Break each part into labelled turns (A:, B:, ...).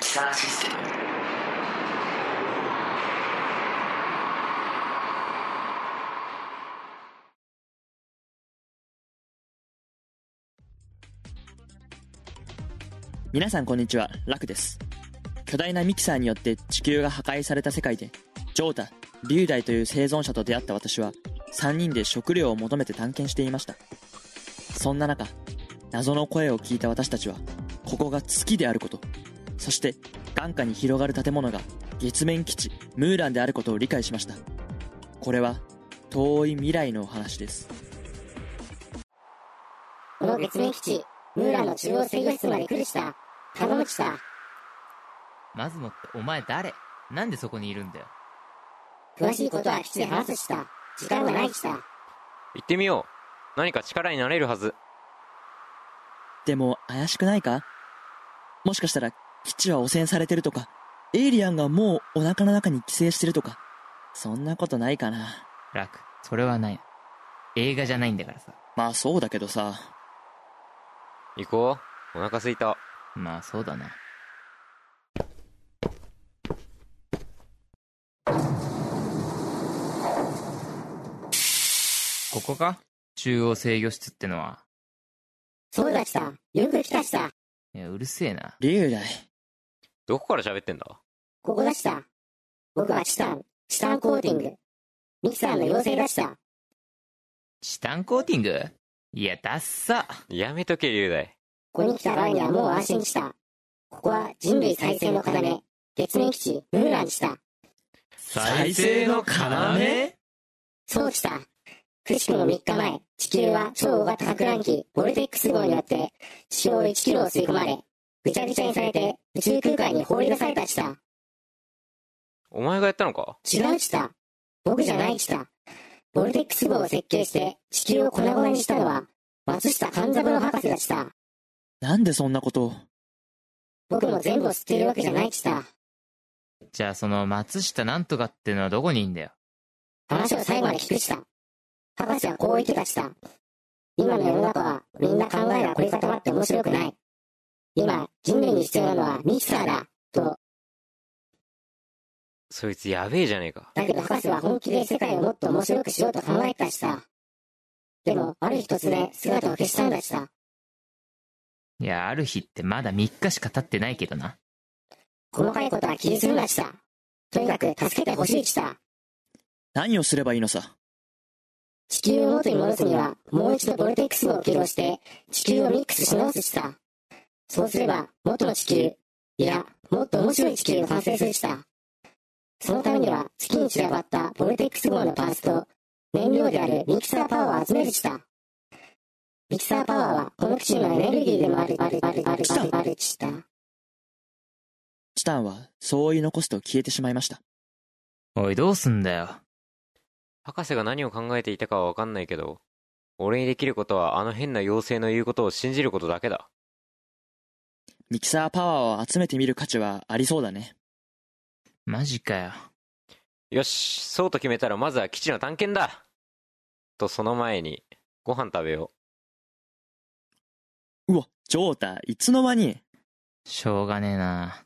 A: キサーシステム
B: 皆さんこんにちは、ラクです。巨大なミキサーによって地球が破壊された世界で、ジョータ、リュウダイという生存者と出会った私は、3人で食料を求めて探検していました。そんな中、謎の声を聞いた私たちは、ここが月であること、そして眼下に広がる建物が月面基地、ムーランであることを理解しました。これは、遠い未来のお話です。
C: この月面基地、ムーランの中央制御室まで来るした。頼むきた。
D: マズモってお前誰なんでそこにいるんだよ。
C: 詳しいことは基地で話すした。時間はないきた。
E: 行ってみよう何か力になれるはず
B: でも怪しくないかもしかしたら基地は汚染されてるとか、エイリアンがもうお腹の中に寄生してるとか、そんなことないかな。
D: 楽。それはない。映画じゃないんだからさ。
B: まあそうだけどさ。
E: 行こうお腹すいた
D: まあそうだな。ここか中央制御室ってのは。
C: そうだきた。よく来たした。
D: いや、うるせえな。
B: 龍大。
E: どこから喋ってんだ
C: ここだきた。僕はチタン、チタンコーティング。ミキサーの妖精だした。
D: チタンコーティングいや、ダッサ。
E: やめとけ龍大
C: ここに来た場合にはもう安心した。ここは人類再生の要。月面基地、ムーランした。
B: 再生の要
C: そうきた。くしくも3日前、地球は超大型博覧機、ボルテックス号によって、地表1キロを吸い込まれ、ぐちゃぐちゃにされて、宇宙空間に放り出されたした。
E: お前がやったのか
C: 違うちた。僕じゃないちた。ボルテックス号を設計して地球を粉々にしたのは、松下半三郎博士だちた。
B: なんでそんなことを
C: 僕も全部を知っているわけじゃないちた。
D: じゃあその松下なんとかってのはどこにいんだよ。
C: 話を最後まで聞くちた。博士はこう言ってたちた。今の世の中はみんな考えが凝り固まって面白くない。今、人類に必要なのはミキサーだ。と、
E: そいつやべえじゃねえか
C: だけど博士は本気で世界をもっと面白くしようと考えてたちた。でも、ある日突然姿を消したんだちた。
D: いや、ある日ってまだ3日しか経ってないけどな。
C: 細かいことは気にするなちた。とにかく助けてほしいちた。
B: 何をすればいいのさ。
C: 地球を元に戻すには、もう一度ボルテックス号を起動して、地球をミックスし直すしさ。そうすれば、元の地球、いや、もっと面白い地球が完成するしさ。そのためには、月に散らばったボルテックス号のパーツと、燃料であるミキサーパワーを集めるしさ。ミキサーパワーは、この基地のエネルギーでもある、ある、ある、ある、ある、ある、した。
B: チタンはそう言い残すと消えてしまいました。
D: おい、どうすんだよ。
E: 博士が何を考えていたかは分かんないけど俺にできることはあの変な妖精の言うことを信じることだけだ
B: ミキサーパワーを集めてみる価値はありそうだね。
D: マジかよ。
E: よしそうと決めたらまずは基地の探検だとその前にご飯食べよ
B: うわ、ジョータ、いつの間に
D: しょうがねえな。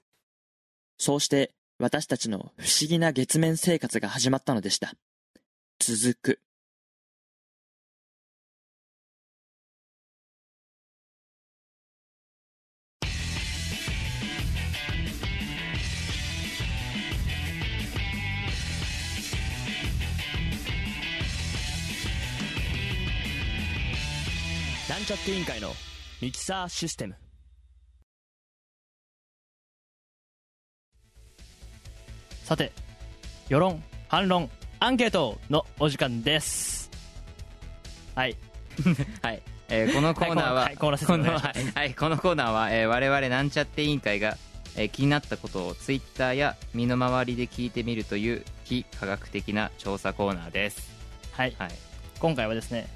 B: そうして私たちの不思議な月面生活が始まったのでした。続く。
F: なんちゃって委員会のミキサーシステムさて世論反論アンケートのお時間ですはい
D: はい、え ーこのコーナーは、
F: はいコーナーはいコーナー説明
D: この
F: お願いしま
D: はいはいこのコーナーは、えー我々なんちゃって委員会が、えー気になったことをツイッターや身の回りで聞いてみるという非科学的な調査コーナーです。
B: はい、
D: はい、
B: 今回はですね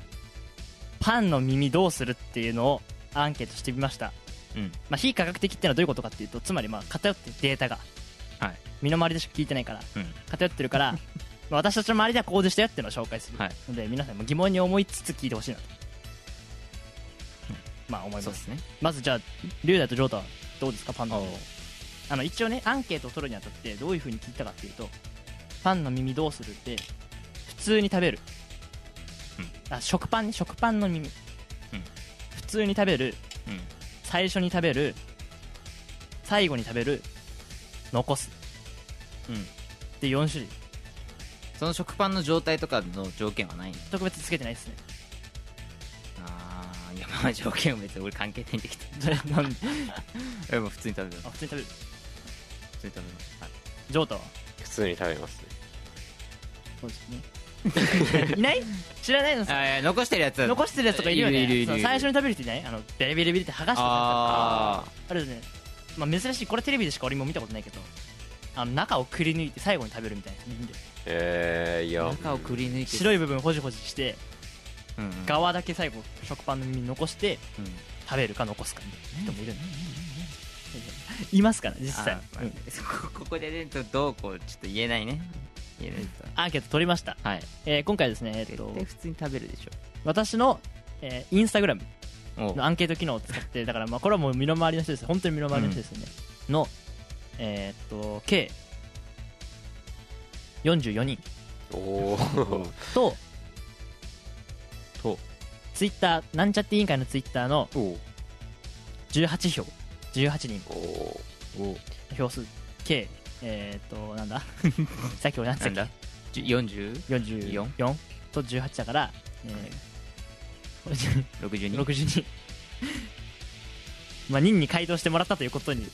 B: パンの耳どうするっていうのをアンケートしてみました、
D: うん
B: まあ、非科学的ってのはどういうことかっていうとつまりまあ偏ってるデータが、
D: はい
B: 身の回りでしか聞いてないから、
D: うん
B: 偏ってる からまあ私たちの周りではこうでしたよっていうのを紹介する
D: はい
B: ので、皆さんも疑問に思いつつ聞いてほしいなと、まあ思い
D: そう
B: ま
D: ですすね。
B: まずじゃあ龍大とジョータはどうですかパンの耳あの一応ねアンケートを取るにあたってどういうふうに聞いたかっていうとパンの耳どうするって普通に食べる、あ食パンね食パンの耳、普通に食べる
D: うん、
B: 最初に食べる最後に食べる残す、
D: うん
B: で4種類
D: その食パンの状態とかの条件はないの
B: 特別つけてないですね
D: あーいやまあ条件は別に俺関係 ないんだけど
B: それなんで
D: えもう普通に食べる
B: あ普通に食べる
D: 普通に食べます、はい
B: ジョータは
E: 普通に食べますね
B: そうですね いない知らないのさ
D: あーいや残してるやつ
B: 残してるやつとかいるよね
D: いるいるいる
B: そう最初に食べる人いないあのベリベリベリって剥がして
D: あー
B: あるね、まあ、珍しいこれテレビでしか俺も見たことないけどあの中をくり抜いて最後に食べるみたいな人いるんだよ
E: えー、いや
D: 中をくり抜いて
B: 白い部分ほじほじして
D: うんうん
B: 側だけ最後食パンの耳に残して
D: うん
B: 食べるか残すかみたいな人もいるんだよいますから実際
D: あーまあねそこここでねどどうこうちょっと言えないね言えないと
B: アンケート取りました、
D: はい
B: えー今回ですね、えっと
D: 絶対普通に食べるでし
B: 私の、えーインスタグラム
D: ょお
B: のアンケート機能を使ってだからまあこれはもう身の回りの人です本当に身の回りの人ですよね、のえーっと計44人
E: おー
B: と
D: と
B: ツイッターなんちゃって委員会のツイッターの
D: お
B: 18票18人
E: おー
D: お
B: 票数計えー、っと なんださっき俺何つ
D: な
B: っ
D: ん
B: たっ
D: だじゅ 40?62
B: け44と18だから、えー、62まあ任に回答してもらったということに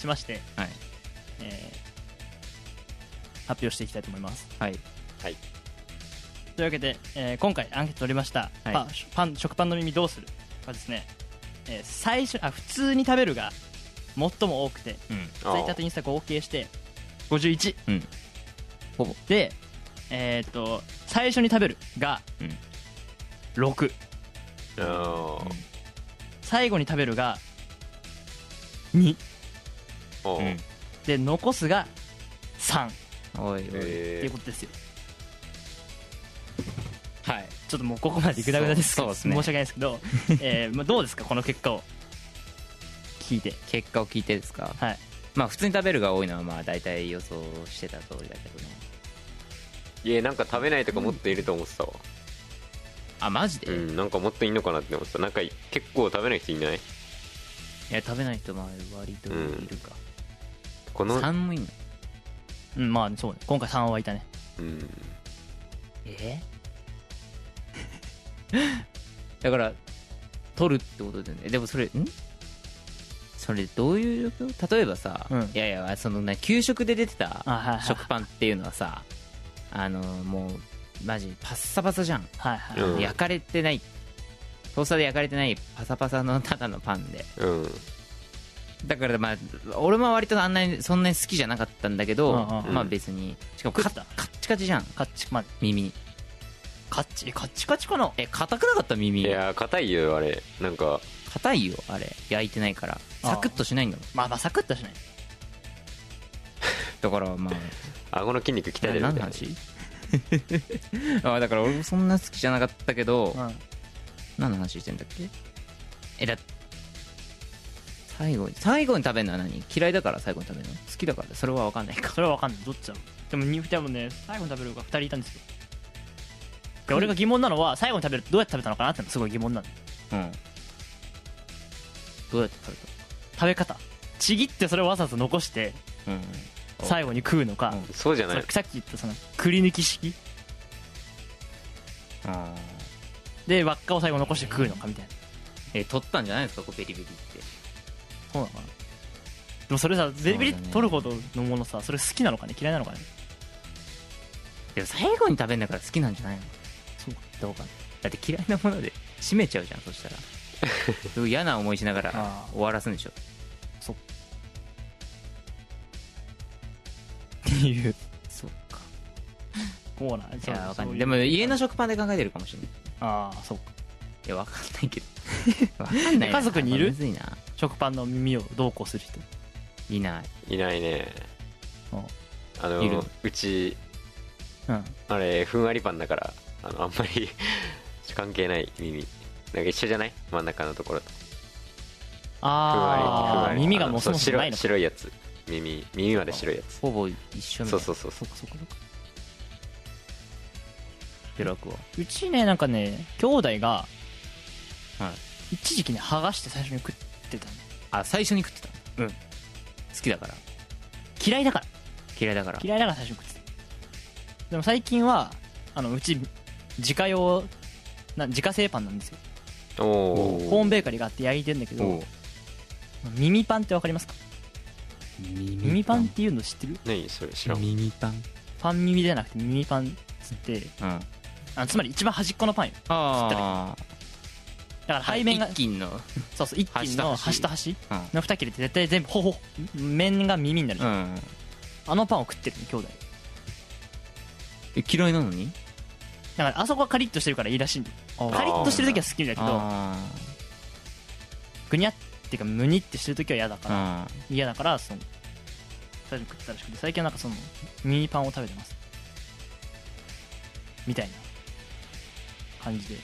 B: しまして、
D: はい
B: えー発表していきたいと思います
D: はい
E: はい
B: というわけで、えー今回アンケート取りました、
D: はい
B: パンパン食パンの耳どうするはですね、えー最初あ普通に食べるが最も多くて
D: うん
B: ツイッターとインスタ合計して51、
D: うんほぼ
B: でえーっと最初に食べるが
D: うん
B: 6、
E: あー
B: 最後に食べるが2
E: お
D: う
E: ー
D: ん
B: で残すが3っ
D: おいおい
B: て
E: え
B: いう
E: ー
B: ことですよ
D: はい
B: ちょっともうここまでグダグダですけど
D: そうそうですね
B: 申し訳ないですけ ど、えーまあ、どうですかこの結果を聞いて
D: 結果を聞いてですか
B: はい
D: まあ普通に食べるが多いのはまあ大体予想してた通りだけどね
E: いやなんか食べないとかもっといると思ってたわ
D: あマジで、
E: う
D: い
E: んなんかもっといんのかなって思ってたなんか結構食べない人いない
D: や食べない人も割といるか、
E: この
D: 3もいない
B: うんまあそうね今回3はいたね
E: うん
D: えだから取るってことだよねでもそれんそれどういう状況例えばさ、
B: うん
D: いやいやそのね給食で出て
B: あ
D: た
B: はいはい
D: 食パンっていうのはさあのもうマジパッサパサじゃん、
B: はいはい、
E: うん
D: 焼かれてないトースターで焼かれてないパサパサのただのパンで
E: うん
D: だからまあ俺も割とあんなにそんなに好きじゃなかったんだけど、
B: うんうん
E: うん
D: まあ別にしかもカッ
B: 食った
D: カッチカチじゃん
B: カッチまあ
D: 耳
B: カッチえカッチカチかな
D: え硬くなかった耳
E: いやー硬いよあれなんか
D: 硬いよあれ焼いてないから
B: あー
D: サクッとしないんだもん
B: まあまあサクッとしない
D: だからまあ
E: 顎の筋肉鍛え
D: 何
E: てる
D: の
E: みたいな
D: 話 あだから俺もそんな好きじゃなかったけど、
B: うん
D: 何の話してんだっけえだ最後に最後に食べるのは何嫌いだから最後に食べるの好きだからそれは分かんないか
B: それは分かんないどっちだろうでも2人もね最後に食べる子が2人いたんですよで俺が疑問なのは最後に食べるどうやって食べたのかなってのがすごい疑問なの
D: うんどうやって食べ
B: 食べ方ちぎってそれをわざわざ残して
D: たのうんお
B: 最後に食うのか、
E: そうじゃ
B: そ
E: な
B: れ
E: い
B: さっき言ったそのくり抜き式
D: あ
B: で輪っかを最後残して食うのかみたいな
D: えー取ったんじゃないですかこうベリベリって
B: そうなのかなでもそれさベリベリって取るほどのものさそれ好きなのかね嫌いなのかね
D: でも最後に食べるんだから好きなんじゃないの
B: そうか
D: どうかなだって嫌いなもので締めちゃうじゃんそ したらすごい嫌な思いしながら
B: あ
D: 終わらすんでしょ
B: あっていう
D: そっか
B: コーナー
D: いやわか
B: そ
D: んな
B: う
D: いうでも家の食パンで考えてるかもしれない
B: ああそうか
D: いやわかんないけどわかんないな
B: 家族にいる
D: むずいな
B: 食パンの耳をどうこうする人
D: いない
E: いないね
B: あ
E: あ
D: いる
E: のうち
B: うん
E: あれふんわりパンだからあのあんまり 関係ない耳なんか一緒じゃない真ん中のところとふんわりふん
B: あ
E: わ
B: あ
E: り
B: 耳が
E: あ
B: も
E: の
B: うそもそ
E: そう
B: もないの
E: 白
B: か
E: 白いやつ耳耳まで白いやつ
D: ほぼ一緒みた
E: そ
D: いうな
E: そうそうそう
B: そうかそうかそうか
D: ブロックを
B: うちねなんかね兄弟が
D: は
B: 一時期ね剥がして最初に食ってたの
D: あ最初に食ってたうん好きだから
B: 嫌いだから
D: 嫌いだから
B: 嫌いだから最初に食ってたでも最近はあのうち自家用な自家製パンなんですよ
E: おお
B: ホームベーカリーがあって焼いてんだけど
D: お
B: 耳パンってわかりますか耳パンっていうの知ってる
E: 何それ知らん
D: 耳パン
B: パン耳じゃなくて耳パンっつって
D: うんあ
B: あつまり一番端っこのパンよ
D: あ
B: だから背面が
D: 一斤の
B: そうそう一斤の端と端
D: うん
B: の2切れって絶対全部ほほ面が耳になるじ
D: う
B: ゃん、
D: ん
B: あのパンを食ってるの兄弟
D: え嫌いなのに
B: だからあそこはカリッとしてるからいいらしいんだよカリッとしてる時は好きだけど
D: あ
B: グニャっていうかムニってしてる時は嫌だから
D: あ
B: 嫌だからその最初に食ってたらしくて最近はなんかそのミニパンを食べてますみたいな感じで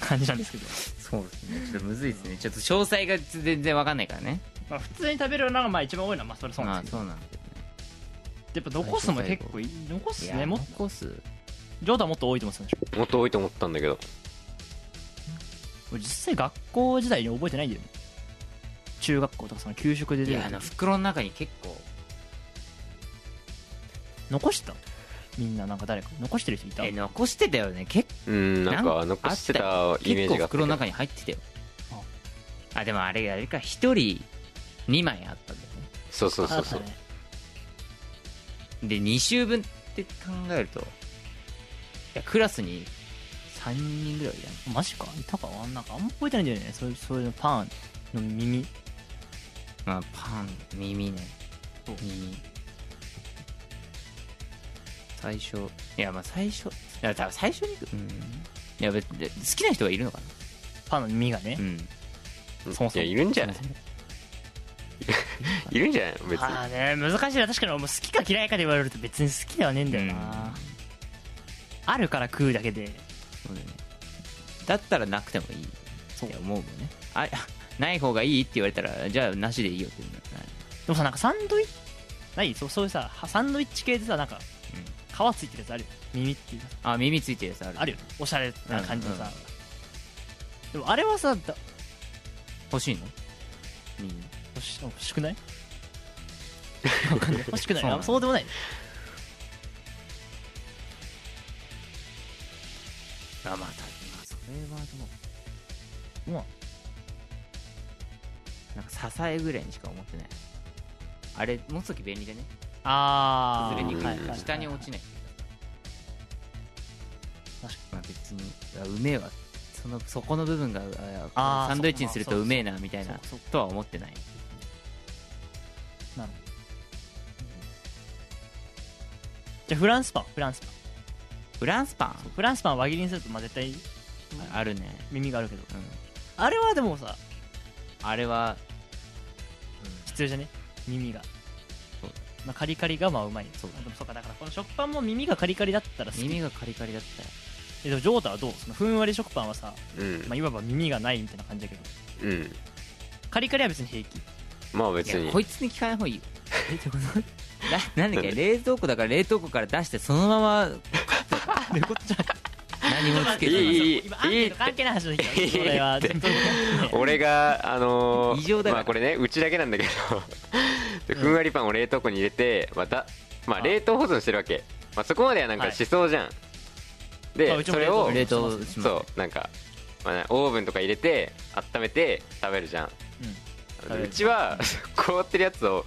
B: 感じなんですけど、
D: そうですねちょっとむずいですねちょっと詳細が全然わかんないからね
B: まあ、普通に食べるのがまあ一番多いのはまあそれそうなん
D: あ
B: ですけ
D: そ
B: ど
D: うなんです
B: やっぱ残すのも結構いい残す
D: い
B: ね
D: や
B: もっ
D: 残す
B: ジョーダンもっと多いと思ってたんでしょ
E: もっと多いと思ったんだけど
B: 俺実際学校時代に覚えてないんだよね中学校とかその給食で
D: い
B: 出て
D: やあの袋の中に結構
B: 残してたみんななんか誰か残してる人いた
D: え残してたよね結
E: うんなん
D: な
E: か
D: ん
E: 残してたイメー
D: 結構
E: ジがあったけ
D: 袋の
E: ど
D: 中に入ってたよあでもあれあれか一人2枚あったんだよね
E: そうそうそうそ
B: あ
E: う
B: ったね
D: で2週分って考えるといやクラスに3人ぐらいいたね
B: マジかいたかあんなんかあんま覚えてないんだよねそういうそういうのパンの耳
D: まあパン耳ね耳最初いやまあ最初いや多分最初にうんいや別で好きな人がいるのか
B: パンの耳がね
D: なうん
E: うん
B: そもそも
E: いやいるんじゃないいるんじゃないの別に
B: ああね難しいな確かに俺も好きか嫌いかで言われると別に好きではねえんだよな、
D: うん
B: あるから食うだけで
D: そうだよねだったらなくてもいいって思うもんねあない方がいいって言われたらじゃあなしでいいよって言うんだよね
B: でもさなんかサンドイッチないそうそういうさはサンドイッチ系でさなんか
D: うん
B: 皮ついてるやつあるよ耳っていうかさ
D: あ耳ついてるやつある
B: あるよねおしゃれな感じの
D: う
B: さ
D: ん、
B: でもあれはさだ
D: 欲しいの耳
B: 欲し欲しくないわかんない欲しくない
D: そうな
B: そうそ
D: の
B: うでもない
D: あまあまあそれはでも
B: も
D: なんか支えぐらいにしか思ってないあれ持つ時便利でね
B: うああ
D: 崩れにくい、
E: はいはいはい
D: 下に落ちない
B: 確か
D: まあ別にあうめえわそのそこの部分が
B: あ
D: あ
B: ー
D: サンドイッチにすると
B: そう
D: う
B: か
D: めえなみたい
B: そう
D: な
B: かそう
D: とは思ってない
B: じゃあフランスパンフランスパン
D: フランスパン
B: フランスパン輪切りにするとまあ絶対
D: あるね、
B: 耳があるけど
D: うん、
B: あれはでもさ
D: あれは
B: 必要じゃね耳が
D: そう
B: まあ、カリカリがまあうまい
D: そう
B: あでもそうかだからこの食パンも耳がカリカリだったら好き
D: 耳がカリカリだったよ
B: えでもジョータはどうそのふんわり食パンはさ、
E: うん
B: まあ、いわば耳がないみたいな感じだけど
E: うん
B: カリカリは別に平気
E: まあ別
D: い
E: に
D: やこいつに聞かない方 がいいよななんだっけ冷蔵庫だから冷凍庫から出してそのまま何もつけ
E: い
D: ず
E: い
D: に
E: いい
B: 今アン
E: い
B: ケ
E: い
B: ー
E: っ
B: ト
E: て
B: 関係ない話でき
E: いいっ
B: た
E: て
B: これは全部
E: 俺があのー
D: 異常だよ
E: まあこれねうちだけなんだけどでふんわりパンを冷凍庫に入れてまたまあ冷凍保存してるわけまあそこまではなんか
B: はい
E: しそうじゃん
B: まあ
E: で
B: うちも
E: それを
D: 冷凍します
E: そうなんかまあねオーブンとか入れて温めて食べるじゃん、あのうちは凍ってるやつを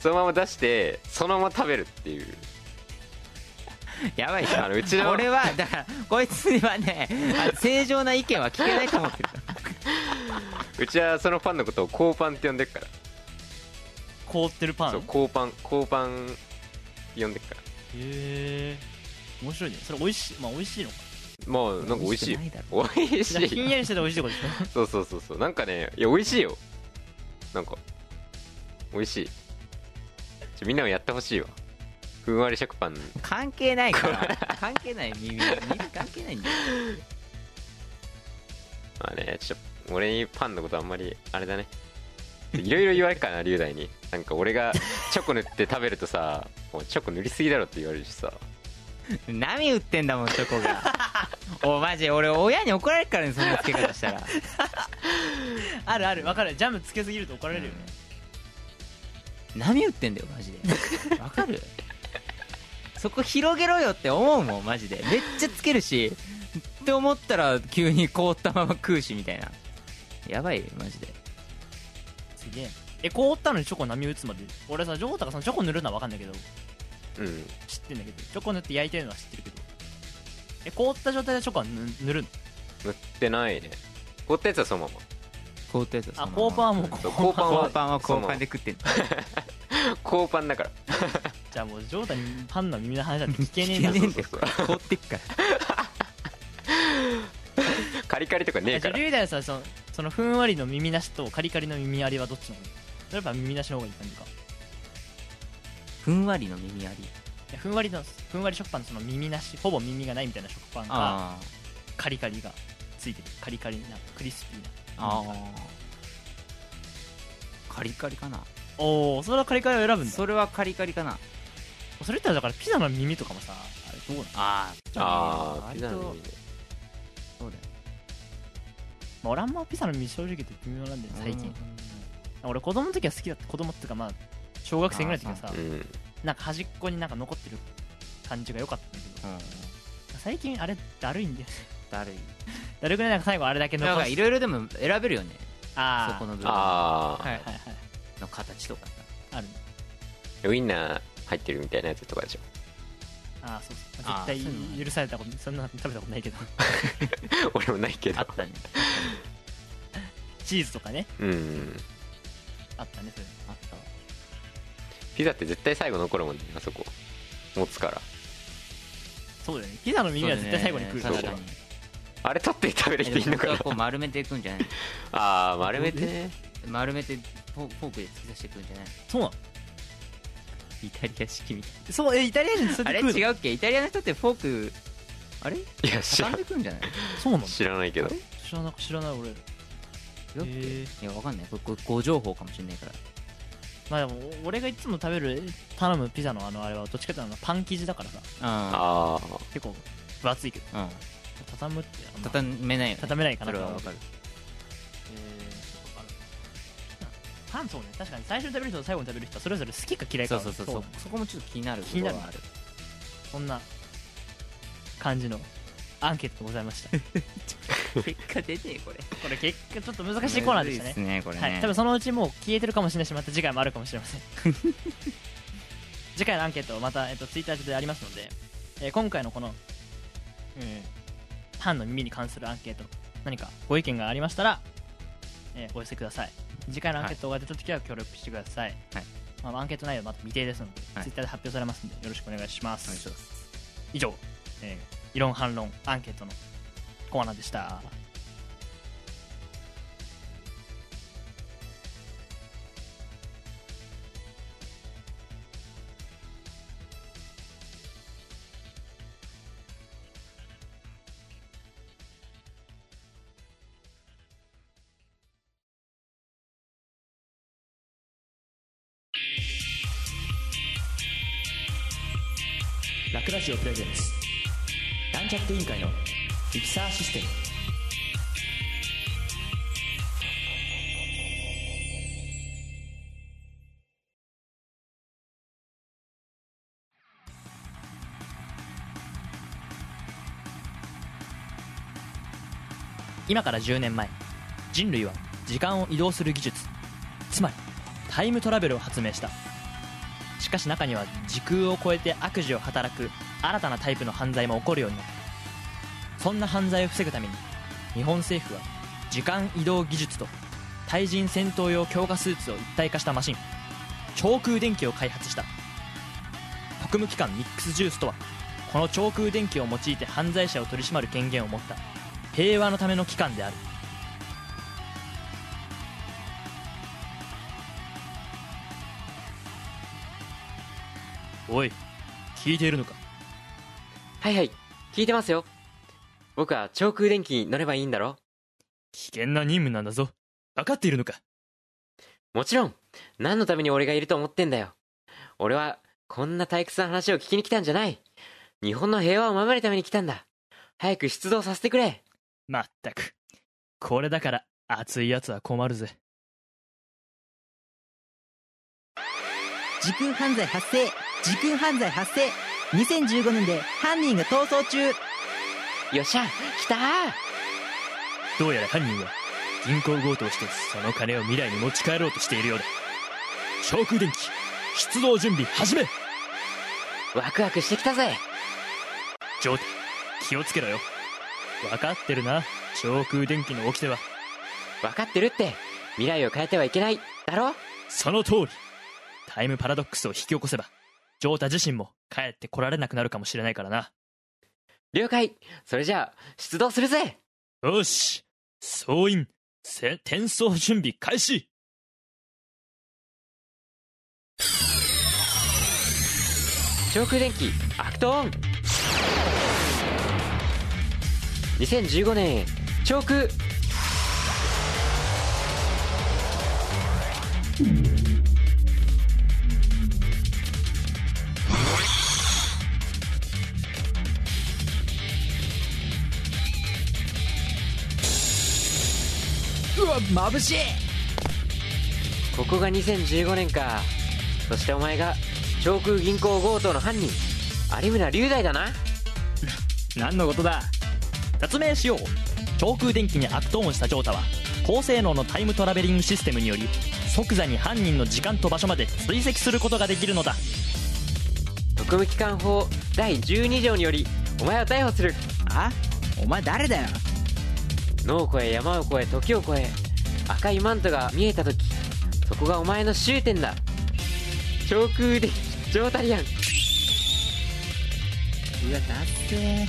E: そのまま出してそのまま食べるっていう
D: やばいじゃ
E: あ
D: ん
E: のうちの
D: 俺はだからこいつにはねあの正常な意見は聞けないと思ってる
E: うちはそのパンのことを凍パンって呼んでるから
B: 凍ってるパン
E: そう
B: へ
E: 凍パン凍パンって呼んでるから
B: え面白いねそれ美味しいまあ美味しいのか
E: まあなんか美味し
D: 美味しく
E: い
D: ないだ
E: よ美味し
B: じゃあひん
E: い
B: やりしてて美味しいってことですね
E: そうそうそうそうなんかねいや美味しいよなんか美味しいちょみんなもやってほしいわふんわり食パン
D: 関係ない から関係ない耳耳関係ないんだよ
E: まあねちょっと俺にパンのことあんまりあれだねいろいろ言われる からな龍大になんか俺がチョコ塗って食べるとさもうチョコ塗りすぎだろって言われるしさ
D: 何売ってんだもんチョコ がおマジ俺親に怒られるからねそんな付け方したら
B: あるあるわかるジャムつけすぎると怒られるよね、
D: 何売ってんだよマジでわかるそこ広げろよって思うもんマジでめっちゃつけるしって思ったら急に凍ったまま食うしみたいなやばいマジです
B: げええ凍ったのにチョコ波打つまで俺さジョータがそのチョコ塗るのはわかんないけど
E: うん
B: 知ってんだけどチョコ塗って焼いてるのは知ってるけどえ凍った状態でチョコは塗塗るの
E: 塗ってないね凍ったやつはそのまま
D: 凍ったやつはそ
B: あ
D: のまま
B: コーパンはもうこ
E: そう凍パン
D: 凍
E: は
D: パンは
E: そ
D: 凍
E: のま
D: パ
E: ま
D: ンで食ってんの
E: 凍パンだから
B: じゃあもうジョータにパンの耳の話なんて聞けねえん
D: 聞
B: だ
D: けねえ
B: ぞ
D: んだよ
E: そう
D: 凍ってっから
E: カリカリとかねえ
B: じ
E: か
B: ゃあ
E: ら
B: リュウダイさんそのそのふんわりの耳なしとカリカリの耳ありはどっちの方がいいそれやっぱ耳なしの方がいい感じか
D: ふんわりの耳あり
B: いやふんわりのふんわり食パンのその耳なしほぼ耳がないみたいな食パンが
D: あ
B: カリカリがついてるカリカリなクリスピーな
D: ーあーカリカリかな
B: おおそれはカリカリを選ぶんだそ
D: それはカリカリかな
B: れってだからピザの耳とかもさあれどうなの、
D: あー
E: ああ
D: 割
E: ピ
D: と
E: ザの耳ね
D: そうだよ
B: まあ、俺あんまピザの耳正直言って微妙なんだよね最近、俺子供の時は好きだった子供っていうかまあ小学生ぐらいの時はさ
E: うん
B: なんか端っこになんか残ってる感じが良かったんだけど
D: うんうん
B: 最近あれだるいんだよね
D: だるい
B: だるくないなんか最後あれだけ
D: なん
B: 残
D: か
B: し
D: い
B: て
D: ろいろでも選べるよね
B: あー
D: そこの部分
E: あ
B: は
E: あ
B: いはいはい
D: の形とかさ
B: ある
E: ウインナー入ってるみたいなやつとかでしょ
B: あーそうそう
D: あーそういうの
B: 絶
D: もあ
B: 対許されたことそんなの食べたことないけ ど
E: 俺もないけど
D: あったね
B: チーズとかね
E: うん
B: あったねそれ
D: あったわ
E: ピザって絶対最後残るもんねあそこ持つから
B: そうだよねピザの耳は絶対最後に来る
D: そうだね確
E: 確か
D: か
E: に
D: に
E: あれ取って食べる人いんのか
D: は
E: な
D: こう丸めていくんじゃない
E: ああ丸めてね
D: 丸めてフォフォークで突き刺していくんじゃない
B: そうなの
D: イタリア式みたい
B: そうえイタリア人そ
D: なあ
B: れ
D: れ
B: で食うの
D: 違うっけイタリアの人ってフォークあれ
E: いや知ら
D: 畳んでくんじ ゃない
B: そうなの
E: 知らないけど
B: 知らな知らない俺
D: よっけ
B: へ
D: いやわかんないこれこれ誤情報かもしれないから
B: まあでも俺がいつも食べる頼むピザのあのあれはどっちかというとあのパン生地だからさ
D: あ
E: あ
B: 結構分厚いけど
D: あ
B: 畳むってあんま
D: 畳めないよね
B: 畳めないかな
D: それ
B: と
D: は
B: 思う
D: わ
B: けど
D: かる
B: えーそこかなパンそうね確かに最初に食べる人と最後に食べる人はそれぞれ好きか嫌いか
D: そ
B: は
D: うそうそうそうそこもちょっと気になる
B: 気になる
D: ところはある
B: そんな感じのアンケートでございま した
D: 結果出てえ これ
B: これ結果ちょっと難しいコーナーでしたね
D: むずいっすねこれね
B: はい、多分そのうちもう消えてるかもしれないしまた次回もあるかもしれません 次回のアンケートまた、えっと、ツイッター上でありますので、えー今回のこの、えーパンの耳に関するアンケート何かご意見がありましたら、えーお寄せください次回のアンケートが出た時は協力してください、
D: はい
B: まあ、アンケート内容はまた未定ですので、
D: はい
B: ツイッターで発表されますのでよろしくお願いしま
D: お願い
B: す
D: します
B: 以上、えー異論反論アンケートのコーナーでした
F: ラクラジオプレゼンツなんちゃって委員会のミキサーシステム
B: 今から10年前人類は時間を移動する技術つまりタイムトラベルを発明したしかし中には時空を超えて悪事を働く新たなタイプの犯罪も起こるようになったそんな犯罪を防ぐために日本政府は時間移動技術と対人戦闘用強化スーツを一体化したマシン超空電気を開発した国務機関ミックスジュースとはこの超空電気を用いて犯罪者を取り締まる権限を持った平和のための機関であるおい聞いているのか
E: はいはい聞いてますよ僕は長空電気に乗ればいいんだろ
B: 危険な任務なんだぞ分かっているのか
E: もちろん何のために俺がいると思ってんだよ俺はこんな退屈な話を聞きに来たんじゃない日本の平和を守るために来たんだ早く出動させてくれ
B: まったくこれだから熱いやつは困るぜ
G: 時空犯罪発生時空犯罪発生2015年で犯人が逃走中
E: よっしゃ来た
B: どうやら犯人は銀行強盗をしてその金を未来に持ち帰ろうとしているようだ超空電気出動準備始め
E: ワクワクしてきたぜ
B: ジョータ気をつけろよ分かってるな超空電気の掟は
E: 分かってるって未来を変えてはいけないだろ
B: その通りタイムパラドックスを引き起こせばジョータ自身も帰ってこられなくなるかもしれないからな
E: 了解それじゃあ出動するぜ
B: よし総員せ転送準備開始
E: 長空電気アクトオン2015年長空
G: うわ眩しい
E: ここが2015年かそしてお前が長空銀行強盗の犯人有村龍大だな
D: 何のことだ
B: 説明しよう超空電気に悪トーンしたジョータは高性能のタイムトラベリングシステムにより即座に犯人の時間と場所まで追跡することができるのだ
E: 特務機関法第12条によりお前を逮捕する
G: あお前誰だよ
E: 野を越え山を越え時を越え赤いマントが見えた時そこがお前の終点だ長空電気上タリアン
D: うわだって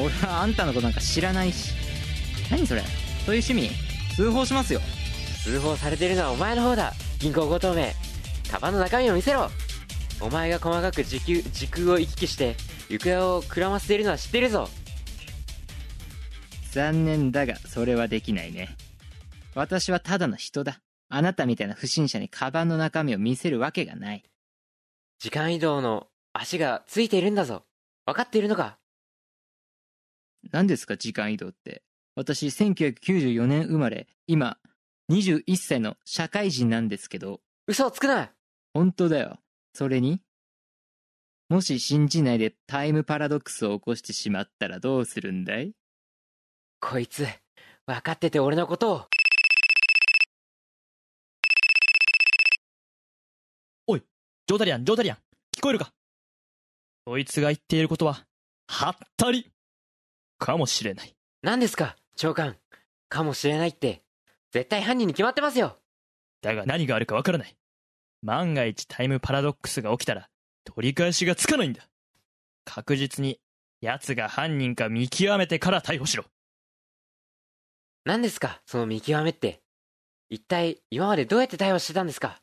D: 俺はあんたのことなんか知らないし何それそういう趣味通報しますよ
E: 通報されてるのはお前の方だ銀行強盗名カバンの中身を見せろお前が細かく時給時空を行き来して行方をくらませているのは知ってるぞ
D: 残念だがそれはできないね私はただの人だあなたみたいな不審者にカバンの中身を見せるわけがない
E: 時間移動の足がついているんだぞ分かっているのか
D: 何ですか時間移動って私1994年生まれ今21歳の社会人なんですけど
E: 嘘をつくな
D: 本当だよそれにもし信じないでタイムパラドックスを起こしてしまったらどうするんだい
E: こいつ分かってて俺のことを
B: ジョータリアンジョータリアン聞こえるかそいつが言っていることははったりかもしれない
E: 何ですか長官かもしれないって絶対犯人に決まってますよ
B: だが何があるかわからない万が一タイムパラドックスが起きたら取り返しがつかないんだ確実に奴が犯人か見極めてから逮捕しろ
E: 何ですかその見極めって一体今までどうやって逮捕してたんですか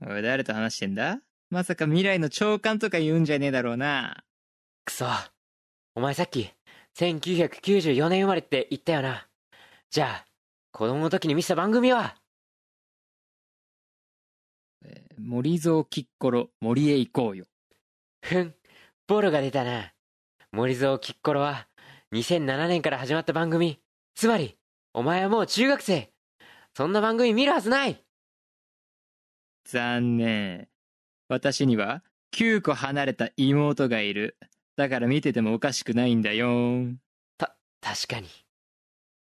D: おい誰と話してんだまさか未来の長官とか言うんじゃねえだろうな
E: くそお前さっき1994年生まれって言ったよなじゃあ子供の時に見せた番組は
D: 森蔵きっころ森へ行こうよ
E: ふんボロが出たな森蔵きっころは2007年から始まった番組つまりお前はもう中学生そんな番組見るはずない
D: 残念私には9個離れた妹がいるだから見ててもおかしくないんだよ
E: 確かに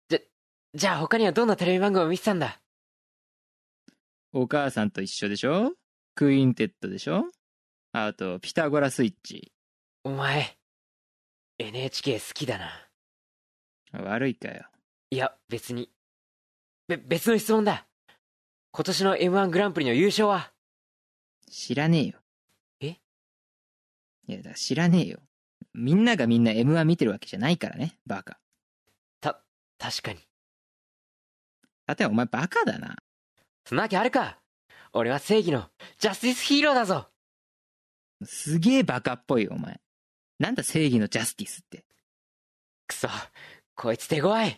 E: じゃじゃあ他にはどんなテレビ番組を見てたんだ
D: お母さんと一緒でしょクインテッドでしょあと、ピタゴラスイッチ。
E: お前、NHK 好きだな。
D: 悪いかよ。
E: いや、別に。べ、別の質問だ。今年の M1 グランプリの優勝は
D: 知らねえよ。
E: え
D: いや、だから知らねえよ。みんながみんな M1 見てるわけじゃないからね、バカ。
E: 確かに。
D: あてはお前バカだな。
E: そんなわけあるか俺は正義のジャスティスヒーローだぞ
D: すげえバカっぽいよ、お前。なんだ正義のジャスティスって。
E: くそ、こいつ手強い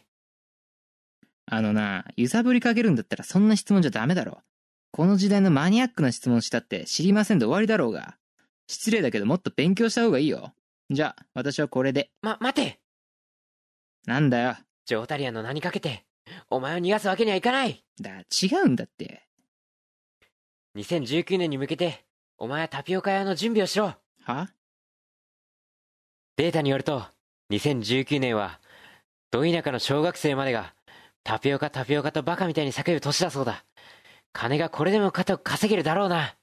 D: あのな、揺さぶりかけるんだったらそんな質問じゃダメだろ。この時代のマニアックな質問したって知りませんで終わりだろうが。失礼だけどもっと勉強した方がいいよ。じゃあ、私はこれで。
E: ま、待て
D: なんだよ。
E: ジョータリアの名にかけて、お前を逃がすわけにはいかない
D: だ、違うんだって。
E: !2019 年に向けて、お前はタピオカ屋の準備をしろ
D: は
E: データによると、2019年は、ど田舎の小学生までが、タピオカタピオカとバカみたいに叫ぶ年だそうだ。金がこれでもかと稼げるだろうな。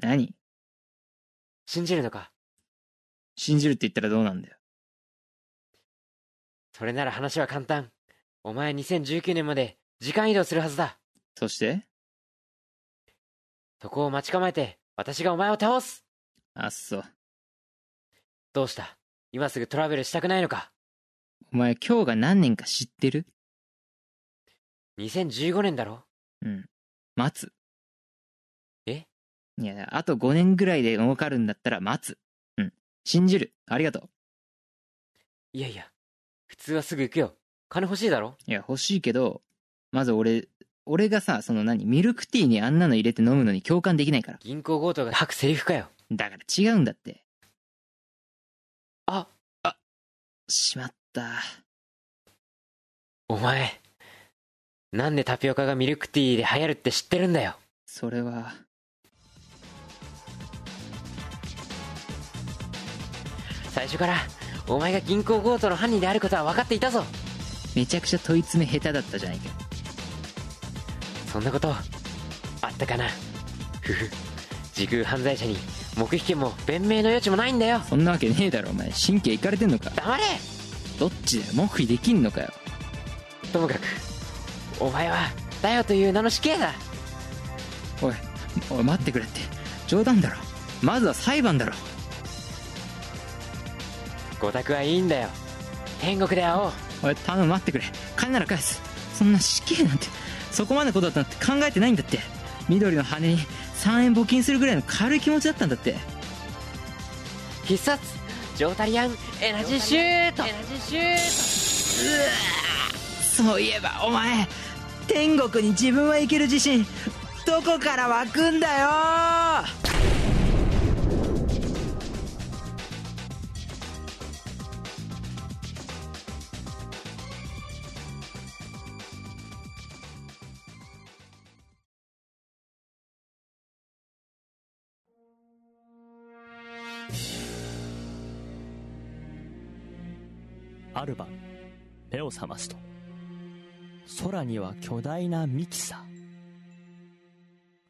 D: 何
E: 信じるのか
D: 信じるって言ったらどうなんだよ。
E: それなら話は簡単。お前2019年まで時間移動するはずだ。
D: そして
E: そこを待ち構えて、私がお前を倒す
D: あっそう。
E: どうした今すぐトラベルしたくないのか
D: お前今日が何年か知ってる
E: ?2015 年だろ
D: うん。待つ。
E: え
D: いや、あと5年ぐらいで儲かるんだったら待つ。うん。信じる。ありがとう。
E: いやいや、普通はすぐ行くよ。金欲しいだろ
D: いや、欲しいけど、まず俺、俺がさ、その何、ミルクティーにあんなの入れて飲むのに共感できないから。
E: 銀行強盗が吐くセリフかよ。
D: だから違うんだって。
E: あ、
D: しまった。
E: お前、なんでタピオカがミルクティーで流行るって知ってるんだよ。
D: それは、
E: 最初から、お前が銀行強盗の犯人であることは分かっていたぞ。
D: めちゃくちゃ問い詰め下手だったじゃないか。
E: そんなこと、あったかな。 ふふ、時空犯罪者に黙秘権も弁明の余地もないんだよ。
D: そんなわけねえだろ、お前。神経いかれてんのか。
E: 黙れ
D: どっちだよ、黙秘できんのかよ。
E: ともかく、お前は、だよという名の死刑だ。
D: おい、おい、待ってくれって。冗談だろ。まずは裁判だろ。
E: 五択はいいんだよ。天国で会おう。
D: おい、頼む、待ってくれ。金なら返す。そんな死刑なんて、そこまでのことだったなんて考えてないんだって。緑の羽に3円募金するぐらいの軽い気持ちだったんだって。
E: 必殺ジョータリアンエナジーシュート
D: そういえばお前天国に自分は行ける自信どこから湧くんだよ
H: ある晩目を覚ますと空には巨大なミキサー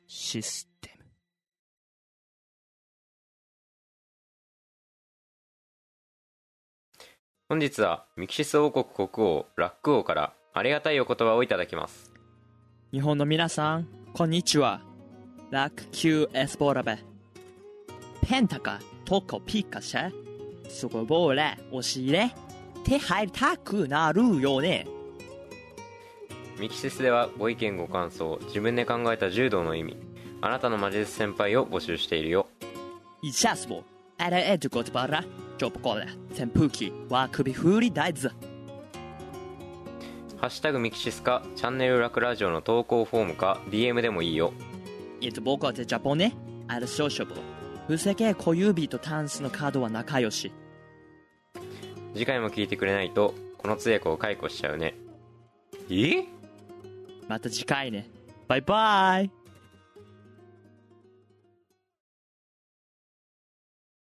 H: システム
I: 本日はミキシス王国国王ラック王からありがたいお言葉をいただきます
B: 日本の皆さん、こんにちは。ラクキューエスボラベ。ペンタカ、トコピカシェ。すごぼれ、押し入れ。手入りたくなるよね。
I: ミキシスではご意見ご感想自分で考えた柔道の意味あなたのマジレス先輩を募集しているよ
B: イチャスボ、あらえとことばら。チョップコーラ、扇風機、わくびふり大豆。
I: ハッシュタグミキシスかチャンネルラクラジオの投稿フォームか DM でもいいよ
B: えっと、僕はジャポンね。あれ少々。不正系小指とタンスのカードは仲良し。
I: 次回も聞いてくれないとこの通訳を解雇しちゃうねえ
B: また次回ね。バイバイ。